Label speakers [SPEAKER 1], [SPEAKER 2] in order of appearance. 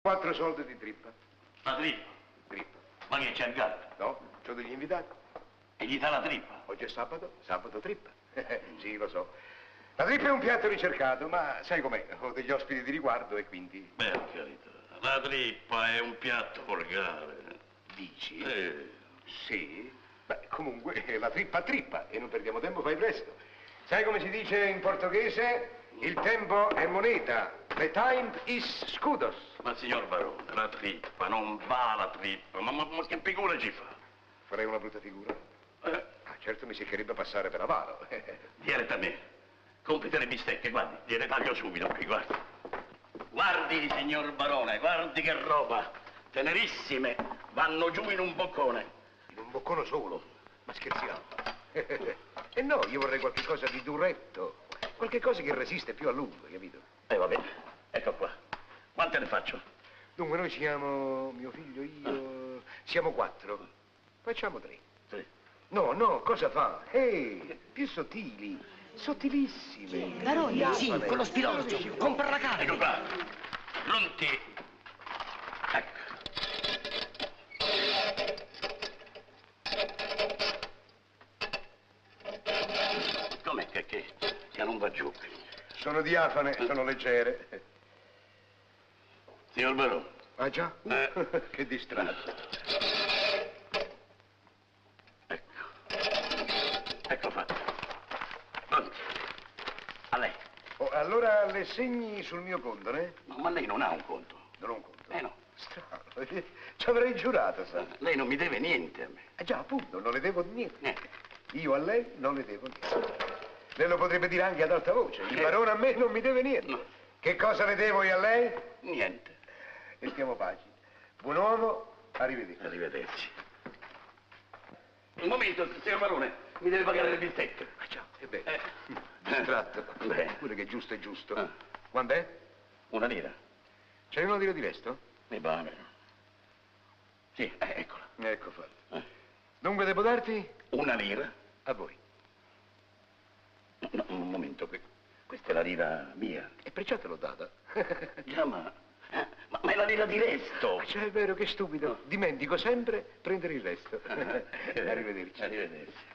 [SPEAKER 1] Quattro soldi di trippa.
[SPEAKER 2] La trippa?
[SPEAKER 1] Trippa.
[SPEAKER 2] Ma che c'è il gatto?
[SPEAKER 1] No, c'ho degli invitati.
[SPEAKER 2] E gli dà la trippa?
[SPEAKER 1] Oggi è sabato, sabato trippa. sì, lo so. La trippa è un piatto ricercato, ma sai com'è? Ho degli ospiti di riguardo e quindi...
[SPEAKER 2] Beh, carità, la trippa è un piatto volgare.
[SPEAKER 1] Dici?
[SPEAKER 2] Eh,
[SPEAKER 1] Sì. Beh, comunque, eh, la trippa trippa e non perdiamo tempo, fai presto. Sai come si dice in portoghese? Il tempo è moneta. The time is scudos.
[SPEAKER 2] ma signor Barone, la trippa non va la trippa, ma, ma- ma che figura ci fa?
[SPEAKER 1] Farei una brutta figura.
[SPEAKER 2] Eh,
[SPEAKER 1] Ah, certo mi seccherebbe passare per avaro.
[SPEAKER 2] direttamente, compite le bistecche, guardi, gliele taglio subito qui, guardi. Guardi, signor Barone, guardi che roba, tenerissime, vanno giù in un boccone.
[SPEAKER 1] In un boccone solo? Ma scherziamo. E no, io vorrei qualche cosa di duretto. Qualche cosa che resiste più a lungo, capito?
[SPEAKER 2] E va bene, ecco qua. Quante ne faccio?
[SPEAKER 1] Dunque, noi siamo, mio figlio, io, siamo quattro. Facciamo tre.
[SPEAKER 2] Tre.
[SPEAKER 1] No, no, cosa fa? Ehi, più sottili, sottilissime.
[SPEAKER 3] Barone, sì, con lo spilorzo, con per la
[SPEAKER 2] Ecco
[SPEAKER 3] carne.
[SPEAKER 2] qua. Pronti? Ecco. Com'è che, che, che non va giù?
[SPEAKER 1] Sono diafane, sono leggere.
[SPEAKER 2] Signor Barone,
[SPEAKER 1] Ah già?
[SPEAKER 2] Eh.
[SPEAKER 1] che distratto.
[SPEAKER 2] ecco fatto. Pronti. A lei.
[SPEAKER 1] Oh, allora le segni sul mio conto, eh?
[SPEAKER 2] Ma, ma lei non ha un conto.
[SPEAKER 1] Non ho un conto.
[SPEAKER 2] Eh no.
[SPEAKER 1] Strano, ci avrei giurato, sa.
[SPEAKER 2] Lei non mi deve niente a me.
[SPEAKER 1] Eh già, appunto, non le devo niente.
[SPEAKER 2] Niente.
[SPEAKER 1] Io a lei non le devo niente. Lei lo potrebbe dire anche ad alta voce. Il barone a me non mi deve niente.
[SPEAKER 2] No.
[SPEAKER 1] Che cosa le devo io a lei?
[SPEAKER 2] Niente.
[SPEAKER 1] E stiamo paci. Buon uomo, arrivederci.
[SPEAKER 2] Arrivederci. Un momento, signor Barone, mi deve pagare le bistecche.
[SPEAKER 1] Ah già, è bello.
[SPEAKER 2] Eh.
[SPEAKER 1] Distratto.
[SPEAKER 2] Beh.
[SPEAKER 1] Pure che giusto è giusto.
[SPEAKER 2] Ah.
[SPEAKER 1] Quando è?
[SPEAKER 2] Una lira.
[SPEAKER 1] C'è una di resto?
[SPEAKER 2] Mi pare. Sì, eh, eccola.
[SPEAKER 1] Ecco fatto.
[SPEAKER 2] Eh.
[SPEAKER 1] Dunque devo darti
[SPEAKER 2] Una lira?
[SPEAKER 1] a voi.
[SPEAKER 2] No, no, un momento, que- questa è la lira mia.
[SPEAKER 1] E perciò te l'ho data.
[SPEAKER 2] Già, ma, eh, ma ma è la lira di resto.
[SPEAKER 1] Ah,
[SPEAKER 2] Eh.
[SPEAKER 1] Cioè è vero che stupido. Dimentico sempre prendere il resto. Arrivederci.
[SPEAKER 2] Arrivederci.